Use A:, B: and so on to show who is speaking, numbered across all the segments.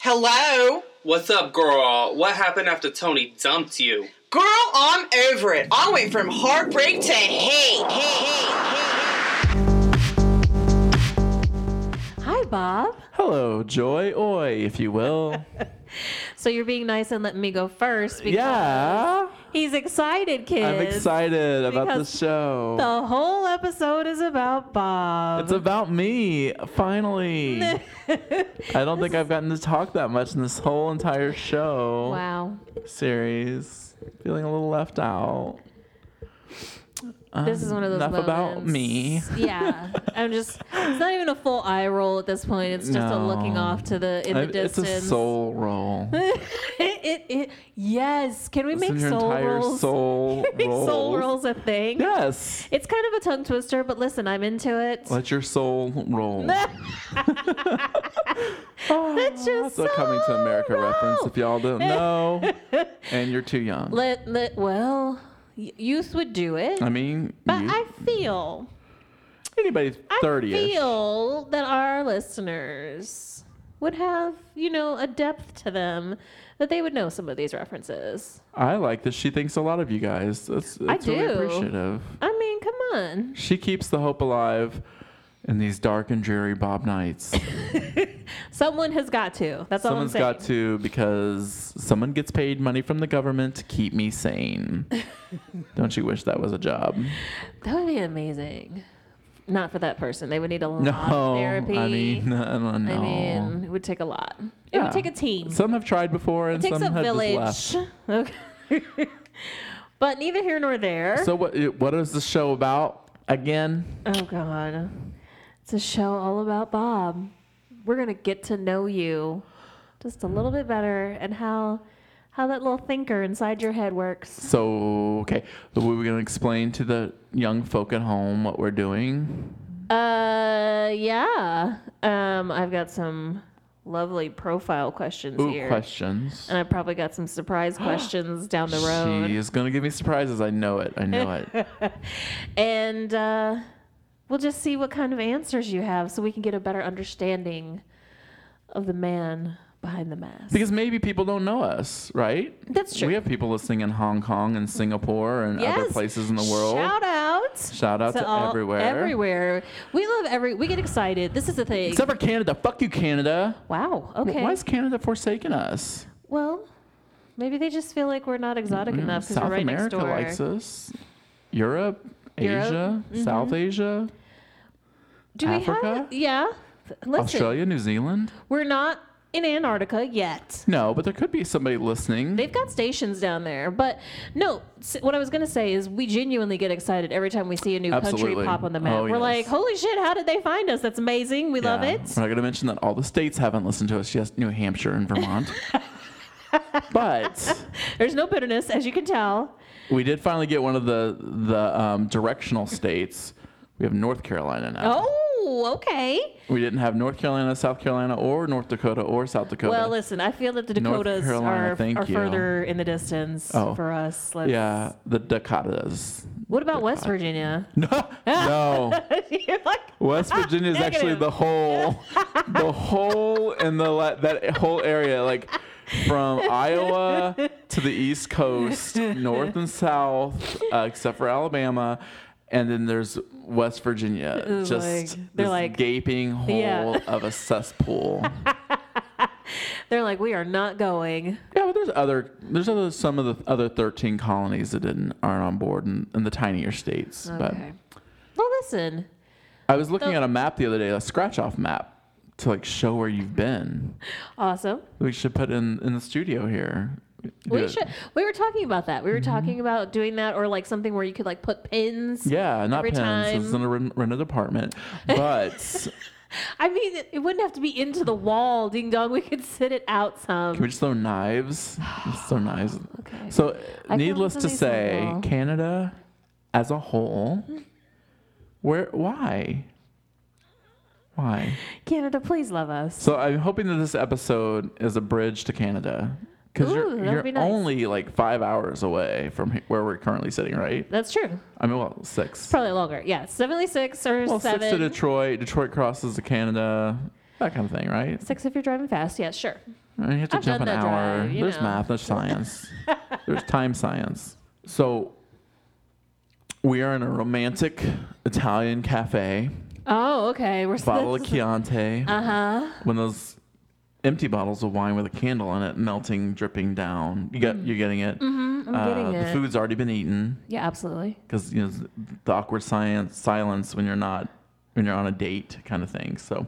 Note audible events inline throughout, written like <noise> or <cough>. A: hello?
B: What's up, girl? What happened after Tony dumped you?
A: Girl, I'm over it. I went from heartbreak to hate, hate, hate,
C: Hi, Bob.
D: Hello, joy, oi, if you will.
C: So you're being nice and letting me go first <laughs> because
D: yeah,
C: he's excited, kids.
D: I'm excited about the
C: Because
D: show.
C: The whole episode is about Bob.
D: it's about me,
C: <laughs>
D: finally. I don't think I've gotten to talk that much in this whole entire show
C: wow.
D: series. Feeling a little left out.
C: This is one of those
D: Enough about
C: moments.
D: me.
C: <laughs> yeah, I'm just. It's not even a full eye roll at this point. It's just a looking
D: No.
C: off to the in
D: I-
C: the
D: it's
C: distance.
D: a soul roll.
C: <laughs> it, it, it, yes. Can we
D: It's
C: make
D: in your
C: soul
D: entire
C: rolls?
D: soul
C: <laughs> make soul rolls
D: rolls.
C: a thing.
D: Yes.
C: It's kind of a tongue twister, but listen, I'm into it.
D: Let your soul
C: <laughs>
D: roll. Ah,
C: That's just
D: That's a coming to America reference if
C: <laughs>
D: y'all don't know. and you're too young.
C: Let, let, well, y- youth would do it,
D: I mean,
C: but
D: you-
C: I feel,
D: anybody 30
C: I
D: ish.
C: feel that our listeners would have, you know, a depth to them that they would know some of these references.
D: I like that she thinks a lot of you guys. That's, that's
C: do.
D: really appreciative.
C: I mean, come on.
D: She keeps the hope alive in these dark and dreary Bob nights.
C: Someone has got to. That's
D: Someone's
C: all I'm saying.
D: got to because someone gets paid money from the government to keep
C: <laughs>
D: me sane. Don't you wish that was a job?
C: That would be amazing. Not for that person. They would need a lot
D: No,
C: of therapy.
D: I mean, <laughs> I don't know.
C: I mean, it would take a lot. It
D: Yeah.
C: would take a team.
D: some have tried before,
C: it
D: and
C: takes
D: some
C: a
D: have just
C: village.
D: left.
C: <laughs> Okay. but neither here nor there.
D: So what? What is the show about again?
C: oh God, it's a show all about Bob. We're gonna get to know you just a little bit better and how how that little thinker inside your head works.
D: So okay, we were gonna explain to the young folk at home what we're doing.
C: Uh, yeah. Um, I've got some lovely profile questions
D: Ooh,
C: here.
D: questions.
C: And I probably got some
D: <gasps>
C: surprise questions down the road.
D: She is gonna give me surprises. I know it. I know
C: <laughs>
D: it.
C: And uh, we'll just see what kind of answers you have so we can get a better understanding of the man behind the mask.
D: Because maybe people don't know us, right?
C: That's true.
D: We have people listening in Hong Kong and Singapore and other
C: Yes.
D: places in the world.
C: Shout out.
D: Shout out to
C: all-
D: everywhere.
C: Everywhere. We love every. We get excited. This is the thing.
D: Except for Canada. Fuck you, Canada.
C: wow.
D: W-
C: Okay.
D: Why is Canada forsaking us?
C: well, maybe they just feel like we're not exotic
D: Yeah,
C: enough because
D: Mm, South
C: we're right
D: America
C: next door.
D: likes us. Europe,
C: Europe, mm-hmm.
D: Asia, South Asia,
C: Do we
D: Africa?
C: have? Yeah. Listen,
D: Australia, New Zealand.
C: we're not in Antarctica yet.
D: No, but there could be somebody listening.
C: They've got stations down there, but no. s- What I was gonna say is, we genuinely get excited every time we see a new country
D: Absolutely.
C: pop on the map.
D: Oh,
C: We're
D: yes.
C: like, "Holy shit! How did they find us? That's amazing. We love
D: Yeah.
C: it."
D: We're not going to mention that all the states haven't listened to us. Just New Hampshire and Vermont.
C: <laughs>
D: but
C: There's no bitterness, as you can tell.
D: we did finally get one of the the um, directional states. We have North Carolina now.
C: Oh, okay.
D: We didn't have North Carolina, South Carolina, or North Dakota or South Dakota.
C: Well, listen, I feel that the
D: North
C: Dakotas
D: Carolina,
C: are,
D: thank
C: are
D: you.
C: further in the distance
D: Oh.
C: for us. Let's,
D: yeah, the Dakotas. <laughs>
C: What about West Virginia? <laughs>
D: No, no.
C: You're like,
D: West Virginia is actually
C: Ah, Negative.
D: the whole,
C: <laughs>
D: the whole in the la- that whole area, like from Iowa to the East Coast, north and south, uh, except for Alabama, and then there's West Virginia,
C: It's
D: just
C: like- they're
D: this
C: like-
D: gaping hole
C: Yeah.
D: of a cesspool.
C: they're like, we are not going.
D: Yeah, but there's other there's other some of the other 13 colonies that didn't aren't on board in, in the tinier states.
C: Okay. Well, listen.
D: But I was looking
C: So-
D: at a map the other day, a scratch off map to like show where you've been.
C: Awesome.
D: We should put in in the studio here. Do
C: We
D: it.
C: should. We were talking about that.
D: Mm-hmm.
C: We were talking about doing that, or like something where you could like put pins.
D: Yeah, not
C: Every
D: pens. It's
C: time.
D: in a rent,
C: <laughs>
D: rented apartment, but
C: I mean, it, it wouldn't have to be into the wall, ding dong. We could sit it out some.
D: can we just throw knives? Just throw knives.
C: <sighs> Okay.
D: So,
C: found
D: needless to
C: something
D: say,
C: simple.
D: Canada as a whole, where why, why?
C: Canada, please love us.
D: So I'm hoping that this episode is a bridge to Canada because
C: Ooh, that
D: you're
C: would
D: you're
C: be nice.
D: only like five hours away from he- where we're currently sitting, right?
C: That's true.
D: I mean, well, six.
C: Probably longer. Yeah, seventy-six or
D: Well,
C: seven.
D: six to Detroit. Detroit crosses to Canada, that kind of thing, right?
C: Six if you're driving fast. Yeah, sure.
D: You have to
C: I've
D: jump an
C: done that
D: hour.
C: drive, you
D: there's
C: know.
D: math,
C: <laughs>
D: there's science, there's time science. So we are in a romantic Italian cafe,
C: Oh, okay. We're
D: bottle
C: <laughs>
D: of
C: still.
D: Chianti,
C: Uh huh.
D: one of those empty bottles of wine with a candle in it, melting, dripping down. You get, you're getting it.
C: Mm.
D: Uh,
C: Mm-hmm, I'm getting
D: the
C: it.
D: food's already been eaten
C: Yeah, absolutely.
D: because you know the awkward science, silence when you're not when you're on a date kind of thing.
C: <laughs>
D: So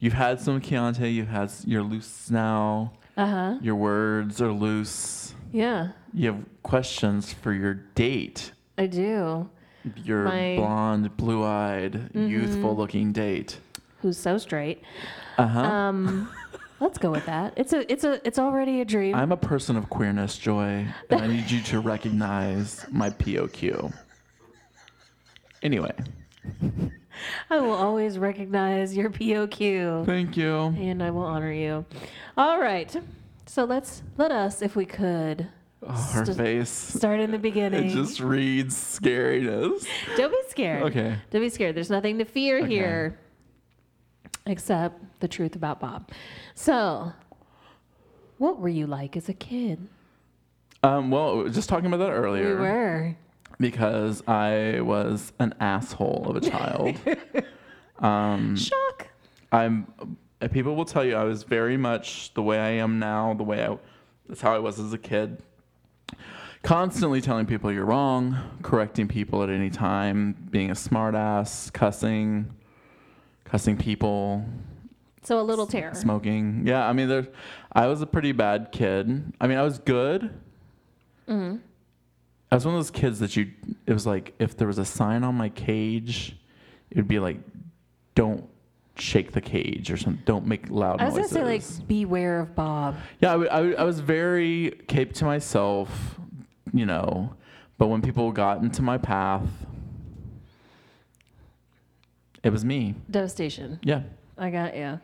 D: you've had some Chianti, you've had s- you're loose now.
C: Uh huh.
D: Your words are loose.
C: Yeah,
D: You have questions for your date.
C: I do.
D: Your
C: My- Mm-hmm.
D: blonde, blue eyed, youthful looking date.
C: Who's so straight?
D: Uh huh. <laughs>
C: Um, let's go with that. It's a, it's a, it's already a dream.
D: I'm a person of queerness, Joy, and I need you to recognize my POQ. Anyway,
C: I will always recognize your POQ,
D: thank you.
C: and I will honor you. All right. So let's let us, if we could,
D: Oh, her
C: St-
D: face.
C: start in the beginning.
D: It just reads scariness.
C: Don't be scared.
D: Okay.
C: Don't be scared. There's nothing to fear
D: Okay.
C: here except the truth about Bob. So, what were you like as a kid?
D: Um, well, we were just talking about that earlier.
C: We were.
D: Because I was an asshole of a
C: <laughs>
D: child. Mm.
C: Shock.
D: I'm. uh, People will tell you I was very much the way I am now. The way I. That's how I was as a kid. Constantly telling people you're wrong, correcting people at any time, being a smartass, cussing, cussing people,
C: So, a little terror.
D: smoking. Yeah, I mean, there. I was a pretty bad kid. I mean, I was good.
C: Mm-hmm.
D: I was one of those kids that you. It was like if there was a sign on my cage, it would be like, "Don't shake the cage" or something. Don't make loud
C: I was going
D: noises.
C: to say, like, beware of Bob.
D: yeah, I, would- I, would- I was very kept to myself, you know. But when people got into my path, it was me.
C: Devastation.
D: Yeah.
C: I got, yeah.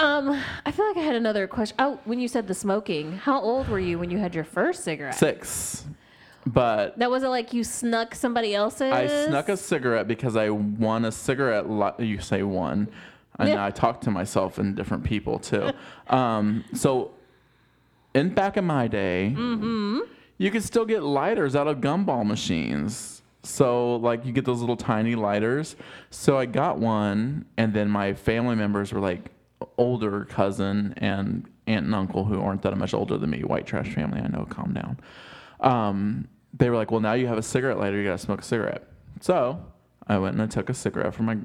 C: Um, I feel like I had another question. Oh, when you said the smoking, how old were you when you had your first cigarette?
D: Six. But
C: that wasn't like you snuck somebody else's.
D: I snuck a cigarette because I won a cigarette. Li- you say won, and
C: Yeah.
D: I talk to myself and different people too. um, so, in back in my day, you could still get lighters out of gumball machines. So, like, you get those little tiny lighters. So I got one, and then my family members were like older cousin and aunt and uncle who aren't that much older than me. White trash family, I know. Calm down um, they were like, "Well, now you have a cigarette lighter. You gotta smoke a cigarette." So I went and I took a cigarette from my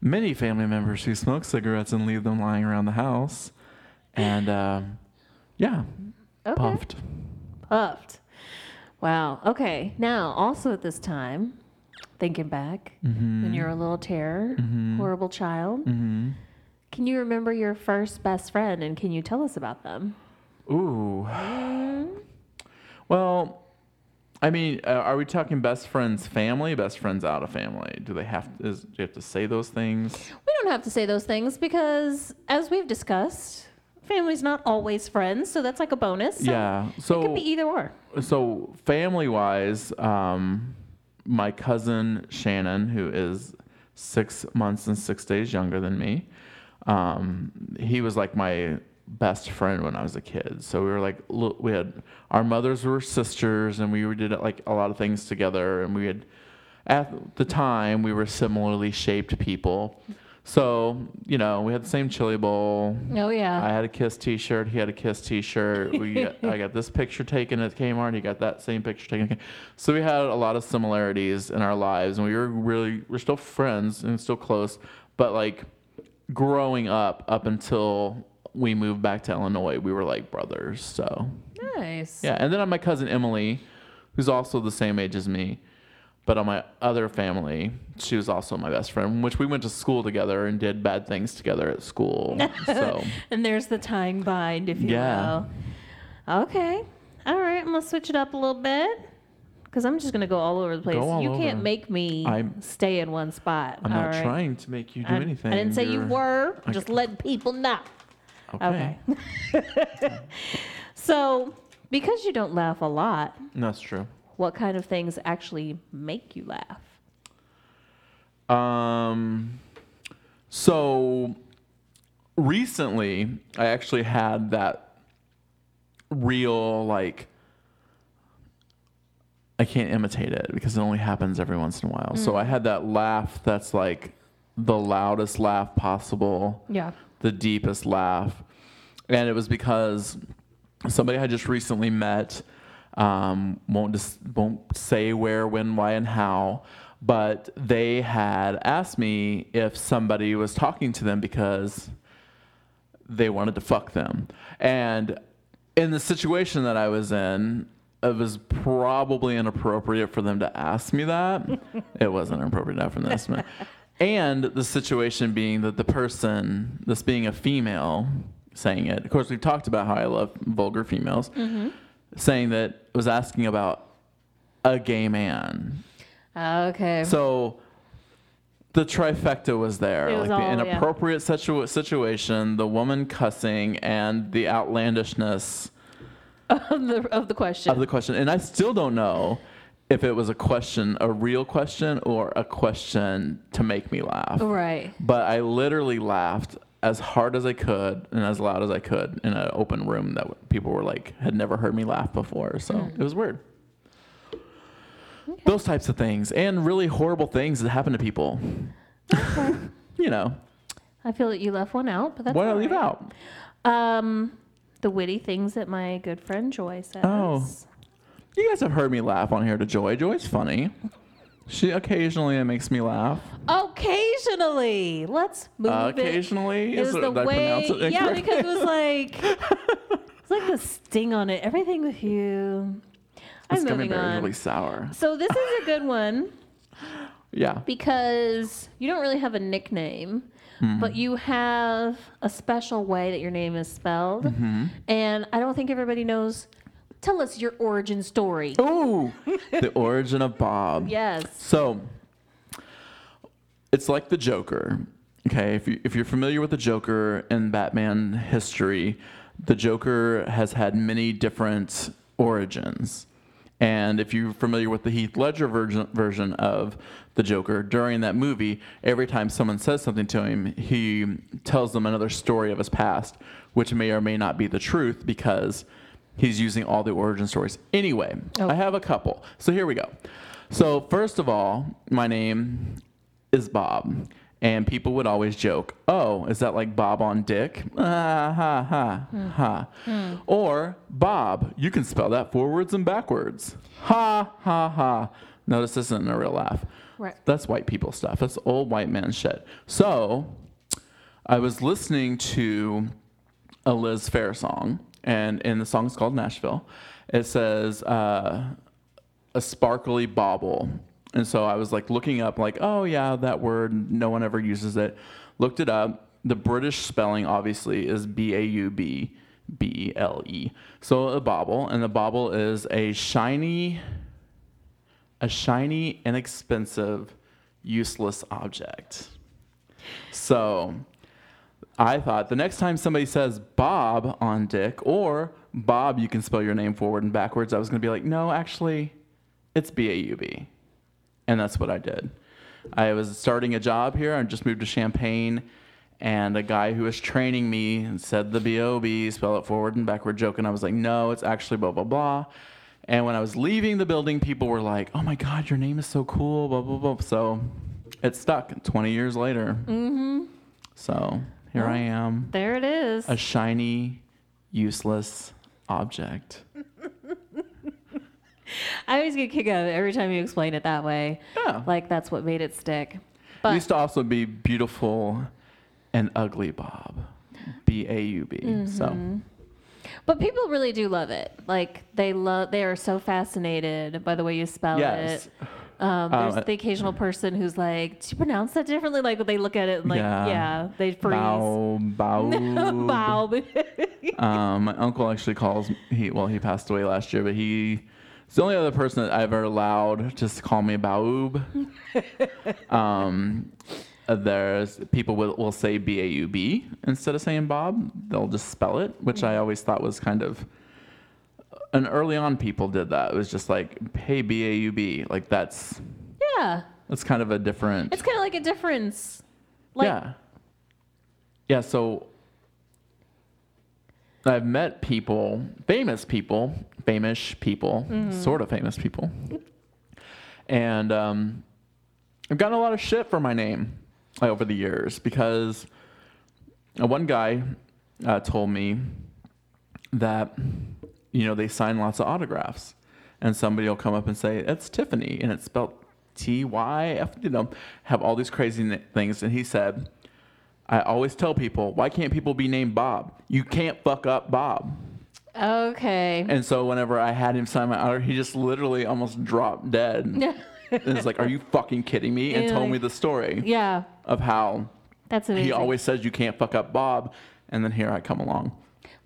D: many family members who smoke cigarettes and leave them lying around the house, and um, yeah,
C: Okay.
D: puffed.
C: puffed. Wow. Okay. Now, also at this time, thinking back,
D: Mm-hmm.
C: when you're a little terror, horrible child, can you remember your first best friend and can you tell us about them?
D: Ooh.
C: Mm-hmm.
D: Well, I mean, uh, are we talking best friends, family, best friends out of family? Do they have is, do you have to say those things?
C: We don't have to say those things because, as we've discussed, family's not always friends, so that's like a bonus. So
D: yeah.
C: It
D: So
C: could be either or.
D: so family wise, um, my cousin Shannon, who is six months and six days younger than me, um, he was like my best friend when I was a kid. So we were like, look, we had our mothers were sisters, and we were- did like a lot of things together, and we had at the time we were similarly shaped people. So you know, we had the same chili bowl.
C: Oh, yeah.
D: I had a Kiss T-shirt. He had a Kiss T-shirt. We, I got this picture taken at Kmart. He got that same picture taken. at K- So we had a lot of similarities in our lives, and we were really we're still friends and still close. But like growing up, up until we moved back to Illinois, we were like brothers. So
C: nice.
D: yeah, and then on my cousin Emily, who's also the same age as me, but on my other family, she was also my best friend, which we went to school together and did bad things together at school. So.
C: And there's the tying bind, if you
D: Yeah.
C: will. Okay. All right. I'm going to switch it up a little bit because I'm just going to go all over the place.
D: Go all
C: you can't
D: over.
C: make me
D: I'm-
C: stay in one spot.
D: I'm
C: all
D: not
C: right?
D: trying to make you do
C: I,
D: anything.
C: I didn't say you
D: You're-
C: were.
D: I-
C: Just letting people know.
D: Okay.
C: Okay. <laughs> so, because you don't laugh a lot,
D: That's true.
C: what kind of things actually make you laugh?
D: Um, so recently, I actually had that real like. I can't imitate it because it only happens every once in a while.
C: Mm.
D: So I had that laugh that's like the loudest laugh possible
C: Yeah.
D: the deepest laugh. And it was because somebody I just recently met, um, won't just won't say where, when, why, and how, but they had asked me if somebody was talking to them because they wanted to fuck them. And in the situation that I was in, it was probably inappropriate for them to ask
C: <laughs>
D: me that. it wasn't inappropriate enough for them to ask me. And the situation being that the person, this being a female, saying it. Of course, we've talked about how I love vulgar females.
C: Mm-hmm.
D: Saying that was asking about a gay man.
C: Okay.
D: So the trifecta was there.
C: It was
D: like
C: all-
D: the
C: yeah.
D: inappropriate situ- situation, the woman cussing, and the outlandishness
C: of the of the question.
D: of the question. And I still don't know if it was a question, a real question, or a question to make me laugh.
C: right.
D: But I literally laughed as hard as I could and as loud as I could in an open room that w- people were like, had never heard me laugh before. So it was weird. Those types of things and really horrible things that happen to people. <laughs> you know,
C: I feel that you left one out, but that's
D: what I
C: all
D: leave
C: right.
D: out.
C: Um, the witty things that my good friend Joy says.
D: Oh. You guys have heard me laugh on here to Joy. Joy's funny. She occasionally makes me laugh.
C: Occasionally, let's move
D: Uh,
C: it.
D: occasionally,
C: It was
D: is
C: the
D: did I
C: way,
D: pronounce it
C: yeah,
D: incorrectly?
C: because it
D: <laughs>
C: was like it's like the sting on it. Everything with you. I'm
D: This gummy
C: moving
D: bear is
C: on.
D: really sour.
C: So this is a good one <laughs>
D: Yeah.
C: because you don't really have a nickname,
D: Mm-hmm.
C: but you have a special way that your name is spelled,
D: Mm-hmm.
C: and I don't think everybody knows. Tell us your origin story.
D: Oh. Ooh, the origin of
C: <laughs>
D: Bob.
C: Yes.
D: So it's like the Joker. Okay, if, you, if you're familiar with the Joker in Batman history, the Joker has had many different origins. And if you're familiar with the Heath Ledger version, version of the Joker, during that movie, every time someone says something to him, he tells them another story of his past, which may or may not be the truth because he's using all the origin stories. Anyway, I have a couple. So here we go. So, first of all, my name is Bob. And people would always joke, oh, is that like Bob on dick? <laughs> Ah, ha, ha, ha. Or, Bob, you can spell that forwards and backwards. Ha, ha, ha. Notice this isn't a real laugh.
C: Right.
D: That's white people stuff. That's old white man shit. So, I was listening to a Liz Fair song, and, and the song's called Nashville. It says, uh, a sparkly bauble. And so I was like looking up, like, oh yeah, that word, no one ever uses it. Looked it up. The British spelling obviously is B A U B B L E. So a bauble, and a bauble is a shiny, a shiny, inexpensive, useless object. So I thought the next time somebody says Bob on Dick or Bob, you can spell your name forward and backwards, I was going to be like, no, actually, it's B A U B. And that's what I did. I was starting a job here. I just moved to Champaign. And a guy who was training me said the B-O-B, spell it forward and backward joke. And I was like, no, it's actually blah, blah, blah. And when I was leaving the building, people were like, oh my God, your name is so cool, blah, blah, blah. So it stuck 20 years later. Mm-hmm. So here I am,
C: There it is.
D: a shiny, useless object.
C: I always get a kick out of it every time you explain it that way.
D: Yeah.
C: Like that's what made it stick.
D: It
C: But
D: used to also be beautiful and ugly Bob. B A U B.
C: Mm-hmm.
D: So
C: but people really do love it. Like they love they are so fascinated by the way you spell
D: yes.
C: it. Um, there's
D: uh,
C: the occasional person who's like, "Do you pronounce that differently?" Like they look at it and like, yeah,
D: Yeah.
C: they freeze.
D: Bow
C: <laughs>
D: bow.
C: Bow.
D: Um, my uncle actually calls he well, he passed away last year, but he it's the only other person that I've ever allowed just to call me Baub. um, uh, there's people will, will say B A U B instead of saying Bob. They'll just spell it, which I always thought was kind of and early on people did that. It was just like, hey B A U B. Like that's
C: yeah,
D: that's kind of a different
C: it's kind of like a difference. Like
D: yeah. Yeah, so I've met people, famous people, famous people, sort of famous people, and um, I've gotten a lot of shit for my name uh, over the years because uh, one guy uh, told me that you know they sign lots of autographs, and somebody will come up and say it's Tiffany, and it's spelled T Y F, you know, have all these crazy na- things, and he said. I always tell people, why can't people be named Bob? You can't fuck up Bob.
C: Okay.
D: And so whenever I had him sign my honor, he just literally almost dropped
C: <laughs>
D: dead. and it's like, are you fucking kidding me? And
C: Yeah,
D: told
C: like-
D: me the story
C: <laughs> yeah.
D: of how
C: That's amazing.
D: he always says you can't fuck up Bob, and then here I come along.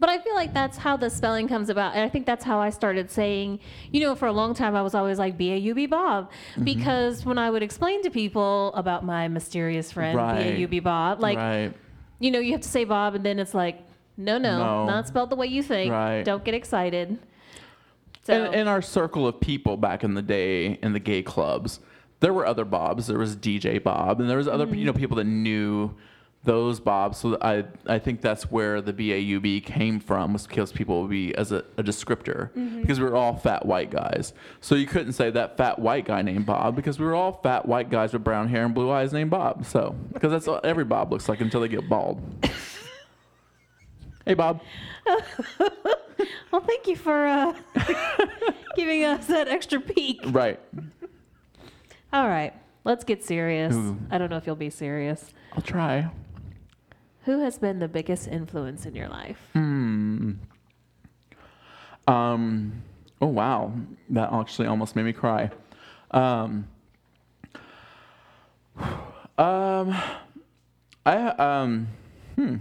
C: But I feel like that's how the spelling comes about. And I think that's how I started saying, you know, for a long time, I was always like, B A U B Bob.
D: Mm-hmm.
C: Because when I would explain to people about my mysterious friend, B
D: Right.
C: A U B Bob, like,
D: right.
C: you know, you have to say Bob, and then it's like, no, no,
D: No.
C: not spelled the way you think.
D: Right.
C: Don't get excited. So,
D: And in our circle of people back in the day in the gay clubs, there were other Bobs. There was DJ Bob, and there was other you know people that knew those Bobs. So I I think that's where the BAUB came from was because people would be as a, a descriptor because we were all fat white guys. So you couldn't say that fat white guy named Bob because we were all fat white guys with brown hair and blue eyes named Bob. So because that's what every Bob looks like until they get bald. hey Bob.
C: well, thank you for uh, <laughs> giving us that extra peek.
D: Right.
C: All right, let's get serious.
D: Ooh.
C: I don't know if you'll be serious.
D: I'll try.
C: Who has been the biggest influence in your life?
D: Hmm. Um, oh wow, that actually almost made me cry. Um, um, I um, hmm.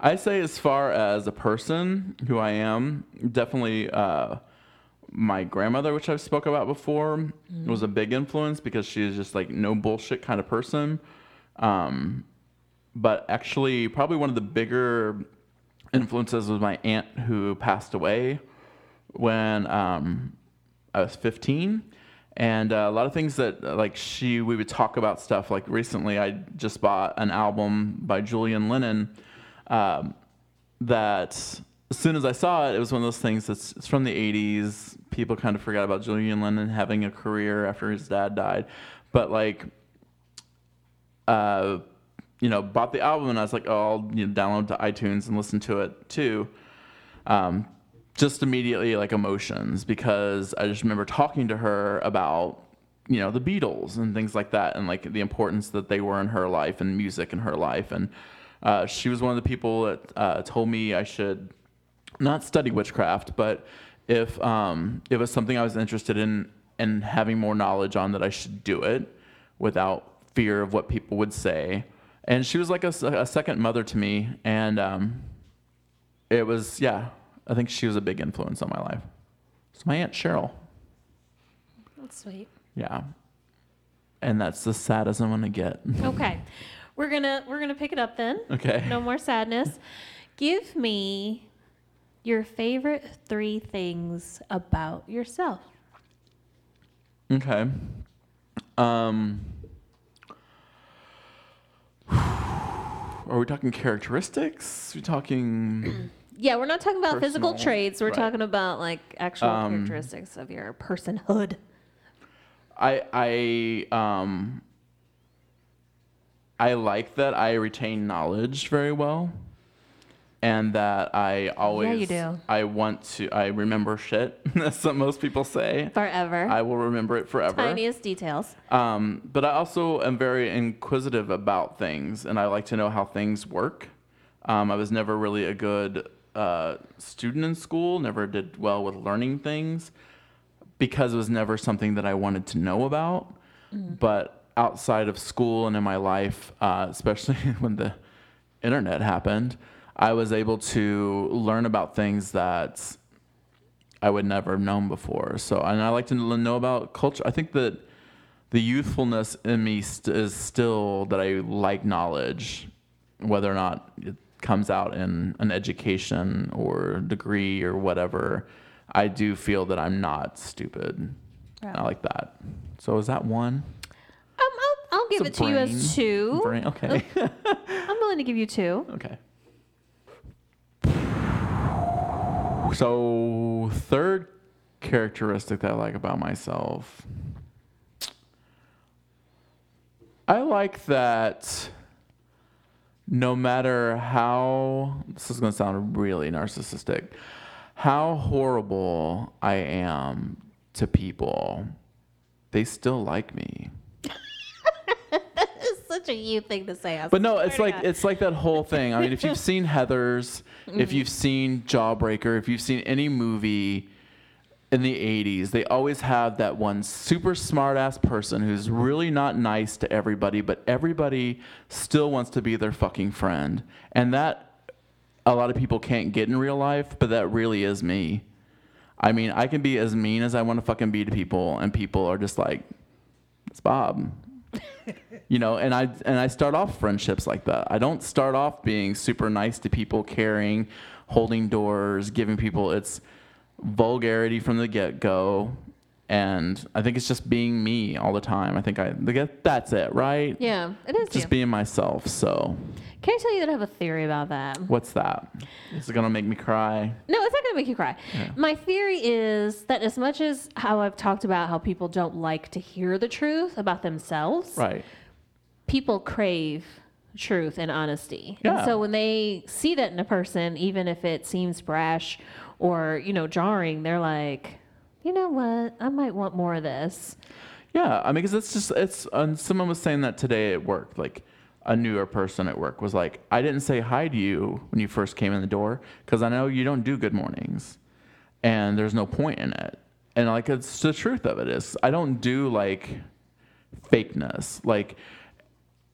D: I say as far as a person who I am, definitely uh, my grandmother, which I've spoke about before, was a big influence because she is just like no bullshit kind of person. Um, but actually, probably one of the bigger influences was my aunt who passed away when um, I was 15. And uh, a lot of things that uh, like she, we would talk about stuff. Like recently, I just bought an album by Julian Lennon. Um, that as soon as I saw it, it was one of those things that's it's from the 80s. People kind of forgot about Julian Lennon having a career after his dad died, but like uh, you know, bought the album and I was like, oh, I'll you know, download to iTunes and listen to it too. Um, just immediately like emotions because I just remember talking to her about, you know, the Beatles and things like that and like the importance that they were in her life and music in her life. And uh, she was one of the people that uh, told me I should not study witchcraft, but if um, it was something I was interested in and having more knowledge on, that I should do it without fear of what people would say. And she was like a, s- a second mother to me, and um, it was yeah. I think she was a big influence on my life. It's my aunt Cheryl.
C: That's sweet.
D: Yeah. And that's the saddest I'm gonna get. <laughs>
C: Okay. We're gonna we're gonna pick it up then.
D: Okay.
C: No more sadness. Give me your favorite three things about yourself.
D: Okay. Um, <sighs> are we talking characteristics? we talking
C: Yeah, we're not talking about physical
D: Personal,
C: traits. We're
D: right.
C: talking about like actual
D: Um,
C: characteristics of your personhood.
D: I I um I like that I retain knowledge very well and that I always
C: do.
D: I want to I remember shit. <laughs> That's what most people say.
C: Forever.
D: I will remember it forever.
C: Tiniest details.
D: Um, but I also am very inquisitive about things, and I like to know how things work. Um, I was never really a good uh, student in school, never did well with learning things because it was never something that I wanted to know about. But outside of school and in my life, uh, <laughs> especially when the internet happened, I was able to learn about things that I would never have known before. So, and I like to l- know about culture. I think that the youthfulness in me st- is still that I like knowledge, whether or not it comes out in an education or degree or whatever. I do feel that I'm not stupid. I like that. So is that one?
C: Um, I'll, I'll give it
D: It's a
C: to you as
D: brain.
C: two. <laughs>
D: Brain- Okay.
C: I'm willing to give you two.
D: okay. So, third characteristic that I like about myself, I like that no matter how, this is going to sound really narcissistic, how horrible I am to people, they still like me.
C: It's such a you thing to say. I
D: But no, it's
C: swear
D: like
C: to God.
D: it's like that whole thing. I mean, if you've seen Heather's, if you've seen Jawbreaker, if you've seen any movie in the 80s, they always have that one super smart ass person who's really not nice to everybody, but everybody still wants to be their fucking friend. And that a lot of people can't get in real life, but that really is me. I mean, I can be as mean as I want to fucking be to people, and people are just like, it's Bob you know and i and i start off friendships like that i don't start off being super nice to people caring holding doors giving people its vulgarity from the get-go and i think it's just being me all the time i think i I guess that's it right
C: yeah, it is.
D: just
C: you.
D: being myself so
C: Can I tell you that I have a theory about that?
D: what's that is it gonna make me cry
C: No, it's not going to make you cry. My theory is that as much as how I've talked about how people don't like to hear the truth about themselves,
D: right
C: people crave truth and honesty.
D: Yeah.
C: And so when they see that in a person, even if it seems brash or, you know, jarring, they're like, you know what? I might want more of this.
D: Yeah, I mean, because it's just it's. And someone was saying that today at work, like a newer person at work was like, "I didn't say hi to you when you first came in the door because I know you don't do good mornings, and there's no point in it." And like, it's the truth of it is, I don't do like fakeness. Like,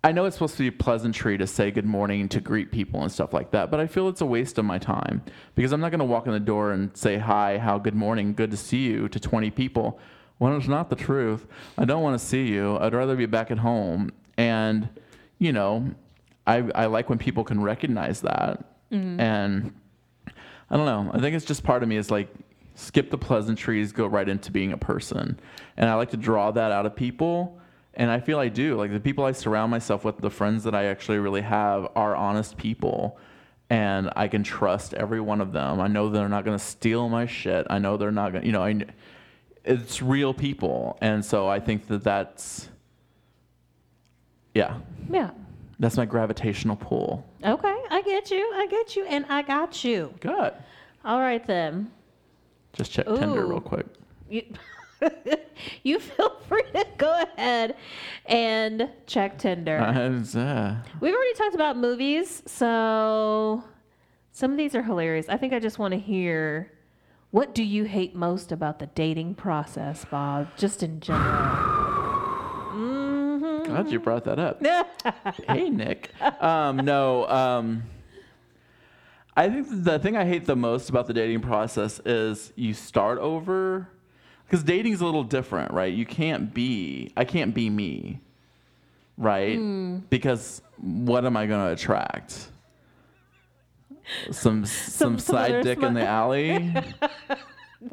D: I know it's supposed to be pleasantry to say good morning to greet people and stuff like that, but I feel it's a waste of my time because I'm not going to walk in the door and say hi, how good morning, good to see you to 20 people when it's not the truth. I don't want to see you. I'd rather be back at home. And you know, I I like when people can recognize that. And I don't know. I think it's just part of me is like skip the pleasantries, go right into being a person. And I like to draw that out of people. And I feel I do. Like the people I surround myself with, the friends that I actually really have are honest people. And I can trust every one of them. I know they're not going to steal my shit. I know they're not going to, you know, I, kn- it's real people. And so I think that that's, yeah,
C: Yeah.
D: that's my gravitational pull.
C: Okay. I get you. I get you. And I got you.
D: Good.
C: All right, then.
D: Just check Tinder
C: Ooh.
D: real quick. <laughs>
C: You, <laughs> you feel free to go ahead and check Tinder.
D: And, uh,
C: We've already talked about movies, so some of these are hilarious. I think I just want to hear what do you hate most about the dating process, Bob, just in general.
D: Glad you brought that up. hey, Nick. Um, no, um, I think the thing I hate the most about the dating process is you start over because dating's a little different, right? You can't be, I can't be me, right? Because what am I going to attract? Some some,
C: Some- some
D: side
C: other
D: dick
C: smi-
D: in the alley,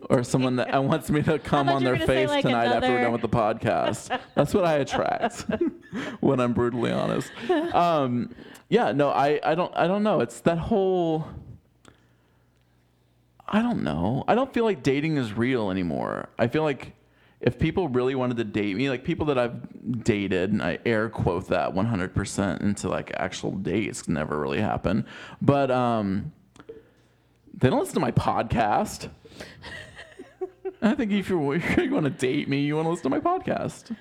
D: or someone that uh,
C: <laughs>
D: wants me to come
C: thought
D: on
C: you were
D: their
C: gonna say,
D: face
C: like,
D: tonight after we're
C: another-
D: done with the podcast. That's what I
C: <laughs>
D: attract <laughs> when I'm brutally honest. Um, yeah, no, I, I don't I don't know. It's that whole I don't know. I don't feel like dating is real anymore. I feel like if people really wanted to date me, like people that I've dated, and I air quote that 100% into like actual dates, never really happened. But um, they don't listen to
C: <laughs>
D: my podcast. I think if you're, if you want to date me, you want to listen to my podcast.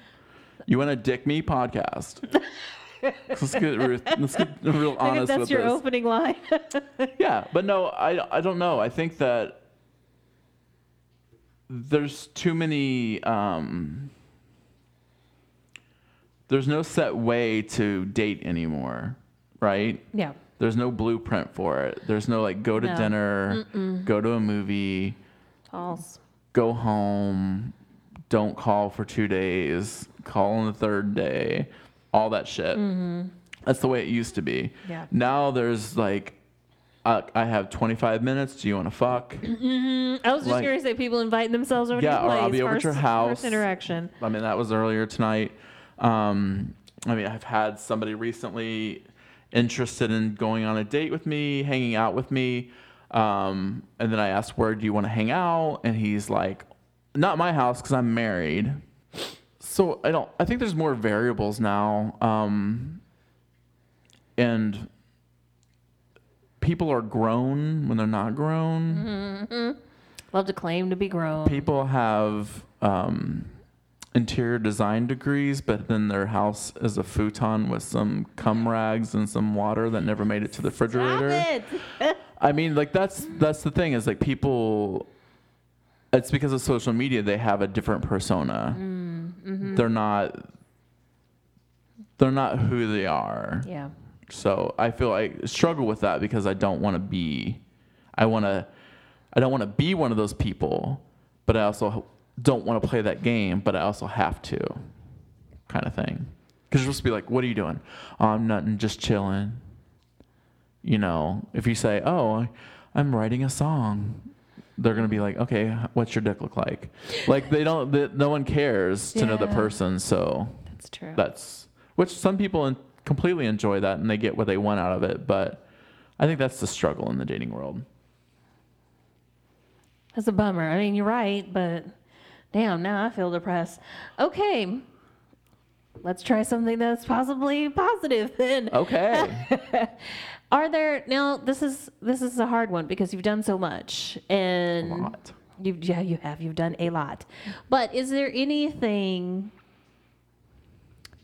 D: You want to dick me podcast.
C: <laughs>
D: let's get re- let's get real <laughs> honest
C: I think <laughs>
D: with
C: that's your
D: this.
C: opening line. <laughs>
D: Yeah, but no, I, I don't know. I think that there's too many. Um, there's no set way to date anymore, right?
C: yeah.
D: There's no blueprint for it. There's no like go to
C: No.
D: dinner, go to a movie,
C: False.
D: go home, don't call for two days, call on the third day, all that shit. That's the way it used to be.
C: Yeah.
D: Now there's like, I, I have 25 minutes. Do you want to fuck?
C: I was just
D: Like-
C: going to say people inviting themselves over to
D: Yeah,
C: your
D: or
C: place.
D: I'll be over at
C: first,
D: your house.
C: First interaction.
D: I mean, that was earlier tonight. Um, I mean, I've had somebody recently interested in going on a date with me, hanging out with me. Um, and then I asked, Where do you want to hang out? And he's like, Not my house because I'm married. So I don't, I think there's more variables now. Um, and people are grown when they're not grown.
C: Love to claim to be grown.
D: People have um, interior design degrees, but then their house is a futon with some cum rags and some water that never made it to the
C: Stop
D: refrigerator.
C: it.
D: I mean, like that's that's the thing is like people. It's because of social media they have a different persona.
C: Mm, mm-hmm.
D: They're not. They're not who they are.
C: yeah.
D: So I feel I struggle with that because I don't want to be, I want to, I don't want to be one of those people, but I also don't want to play that game, but I also have to, kind of thing. Because you're supposed to be like, what are you doing? Oh, I'm nothing, just chilling. You know, if you say, oh, I- I'm writing a song, they're gonna be like, okay, what's your dick look like? Like they don't, they, no one cares to know the
C: Yeah.
D: person, so
C: That's true.
D: that's which some people in, completely enjoy that and they get what they want out of it but i think that's the struggle in the dating world
C: That's a bummer. I mean, you're right, but damn, now I feel depressed. Okay. Let's try something that's possibly positive then.
D: okay
C: Are there now this is this is a hard one because you've done so much and
D: A lot.
C: you yeah, you have. You've done a lot. But is there anything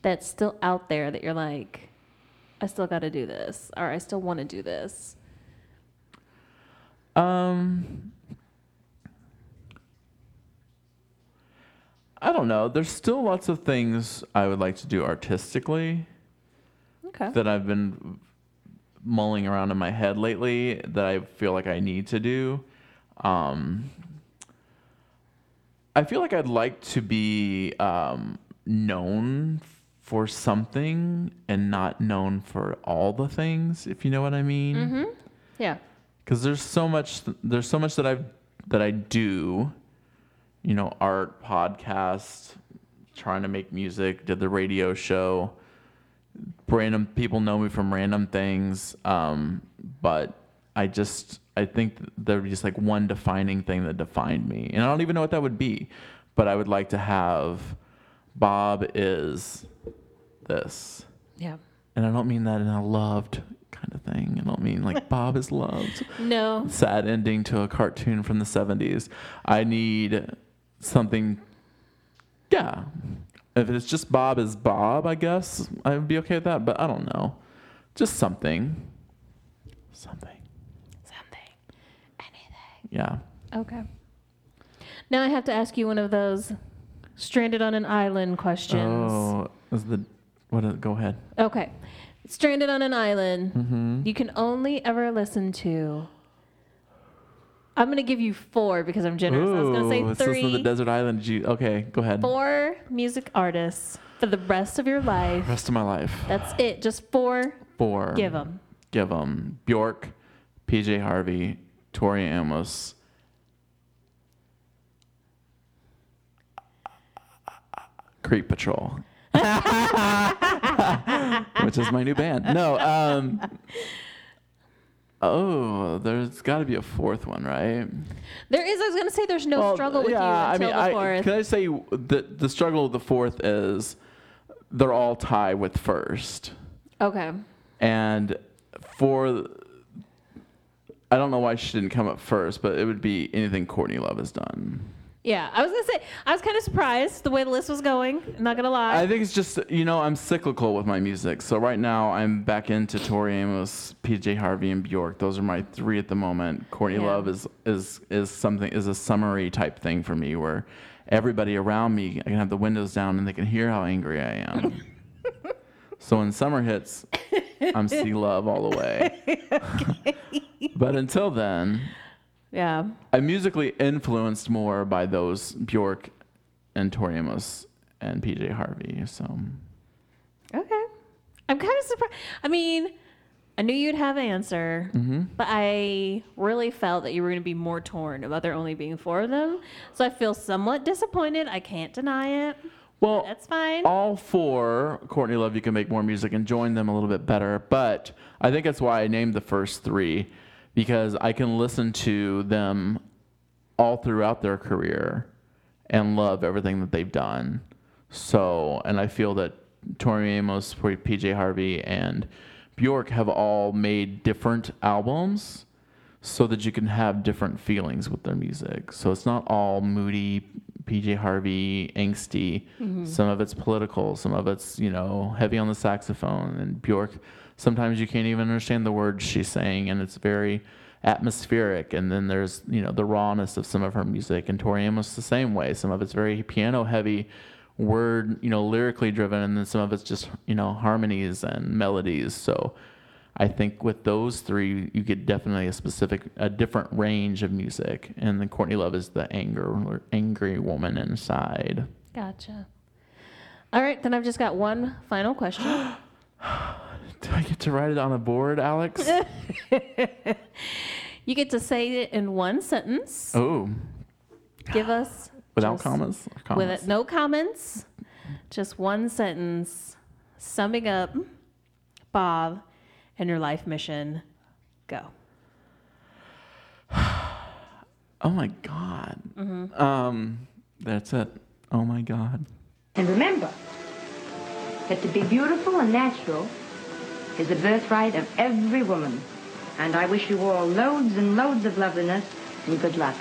C: that's still out there that you're like, I still gotta do this or I still wanna do this?
D: um i don't know there's still lots of things i would like to do artistically
C: Okay.
D: that I've been mulling around in my head lately that I feel like I need to do. Um, I feel like I'd like to be um, known for something and not known for all the things, if you know what I mean
C: yeah.
D: because there's so much there's so much that I've that I do, you know, art, podcast, trying to make music, did the radio show. Random people know me from random things, um, but I just I think there'd be just like one defining thing that defined me, and I don't even know what that would be, but I would like to have Bob is this
C: Yeah.
D: and I don't mean that in a loved kind of thing. I don't mean like Bob is loved.
C: No.
D: Sad ending to a cartoon from the 70s. I need something. Yeah. If it's just Bob is Bob, I guess I would be okay with that, but I don't know. Just something. Something.
C: Something.
D: Yeah.
C: Okay. Now I have to ask you one of those stranded on an island questions.
D: Oh, is the. What? Is, go ahead.
C: Okay. Stranded on an island. You can only ever listen to. I'm going to give you four because I'm generous. I was going to
D: this
C: say
D: is the
C: three,
D: desert island. G- okay, go ahead.
C: four music artists for the rest of your life.
D: Rest of my life.
C: That's it. Just four.
D: Four.
C: Give them.
D: give them Bjork, PJ Harvey, Tori Amos. Creep Patrol. <laughs> Which is my new band. No, um Oh, there's got to be a fourth one, right?
C: There is. I was going to say there's no struggle with you until the
D: I,
C: fourth.
D: can I say the the struggle of the fourth is they're all tied with first.
C: okay.
D: And for, I don't know why she didn't come up first, but it would be anything Courtney Love has done.
C: Yeah. I was going to say, I was kind of surprised the way the list was going. I'm not going to lie.
D: I think it's just, you know, I'm cyclical with my music. So right now I'm back into Tori Amos, PJ Harvey, and Bjork. Those are my three at the moment. Courtney
C: Yeah.
D: Love is, is, is something, is a summary type thing for me where everybody around me, I can have the windows down and they can hear how angry I am. so when summer hits, I'm C Love all the way. <laughs> but until then,
C: yeah.
D: I'm musically influenced more by those Bjork and Tori Amos and PJ Harvey. So
C: Okay. I'm kind of surprised. I mean, I knew you'd have an answer, but I really felt that you were going to be more torn about there only being four of them. So I feel somewhat disappointed. I can't deny it.
D: well,
C: That's fine.
D: all four Courtney Love, you can make more music and join them a little bit better. But I think that's why I named the first three because I can listen to them all throughout their career and love everything that they've done. So, and I feel that Tori Amos, PJ Harvey, and Bjork have all made different albums so that you can have different feelings with their music. So it's not all moody, PJ Harvey, angsty. Some of it's political, some of it's, you know, heavy on the saxophone. And Bjork, sometimes you can't even understand the words she's saying, and it's very atmospheric. And then there's, you know, the rawness of some of her music. And Tori Amos, the same way. Some of it's very piano heavy, word, you know, lyrically driven, and then some of it's just, you know, harmonies and melodies. So, I think with those three, you get definitely a specific, a different range of music. And then Courtney Love is the anger, angry woman inside.
C: Gotcha. All right, then I've just got one final question.
D: <laughs> Do I get to write it on a
C: <laughs>
D: board, Alex?
C: You get to say it in one sentence.
D: oh,
C: Give us
D: without
C: just-
D: commas? Or
C: with
D: commas?
C: it, no comments, just one sentence summing up Bob and your life mission. Go.
D: Oh my God.
C: Mm-hmm.
D: Um, that's it. Oh my God.
E: And remember that to be beautiful and natural is the birthright of every woman. And I wish you all loads and loads of loveliness and good luck.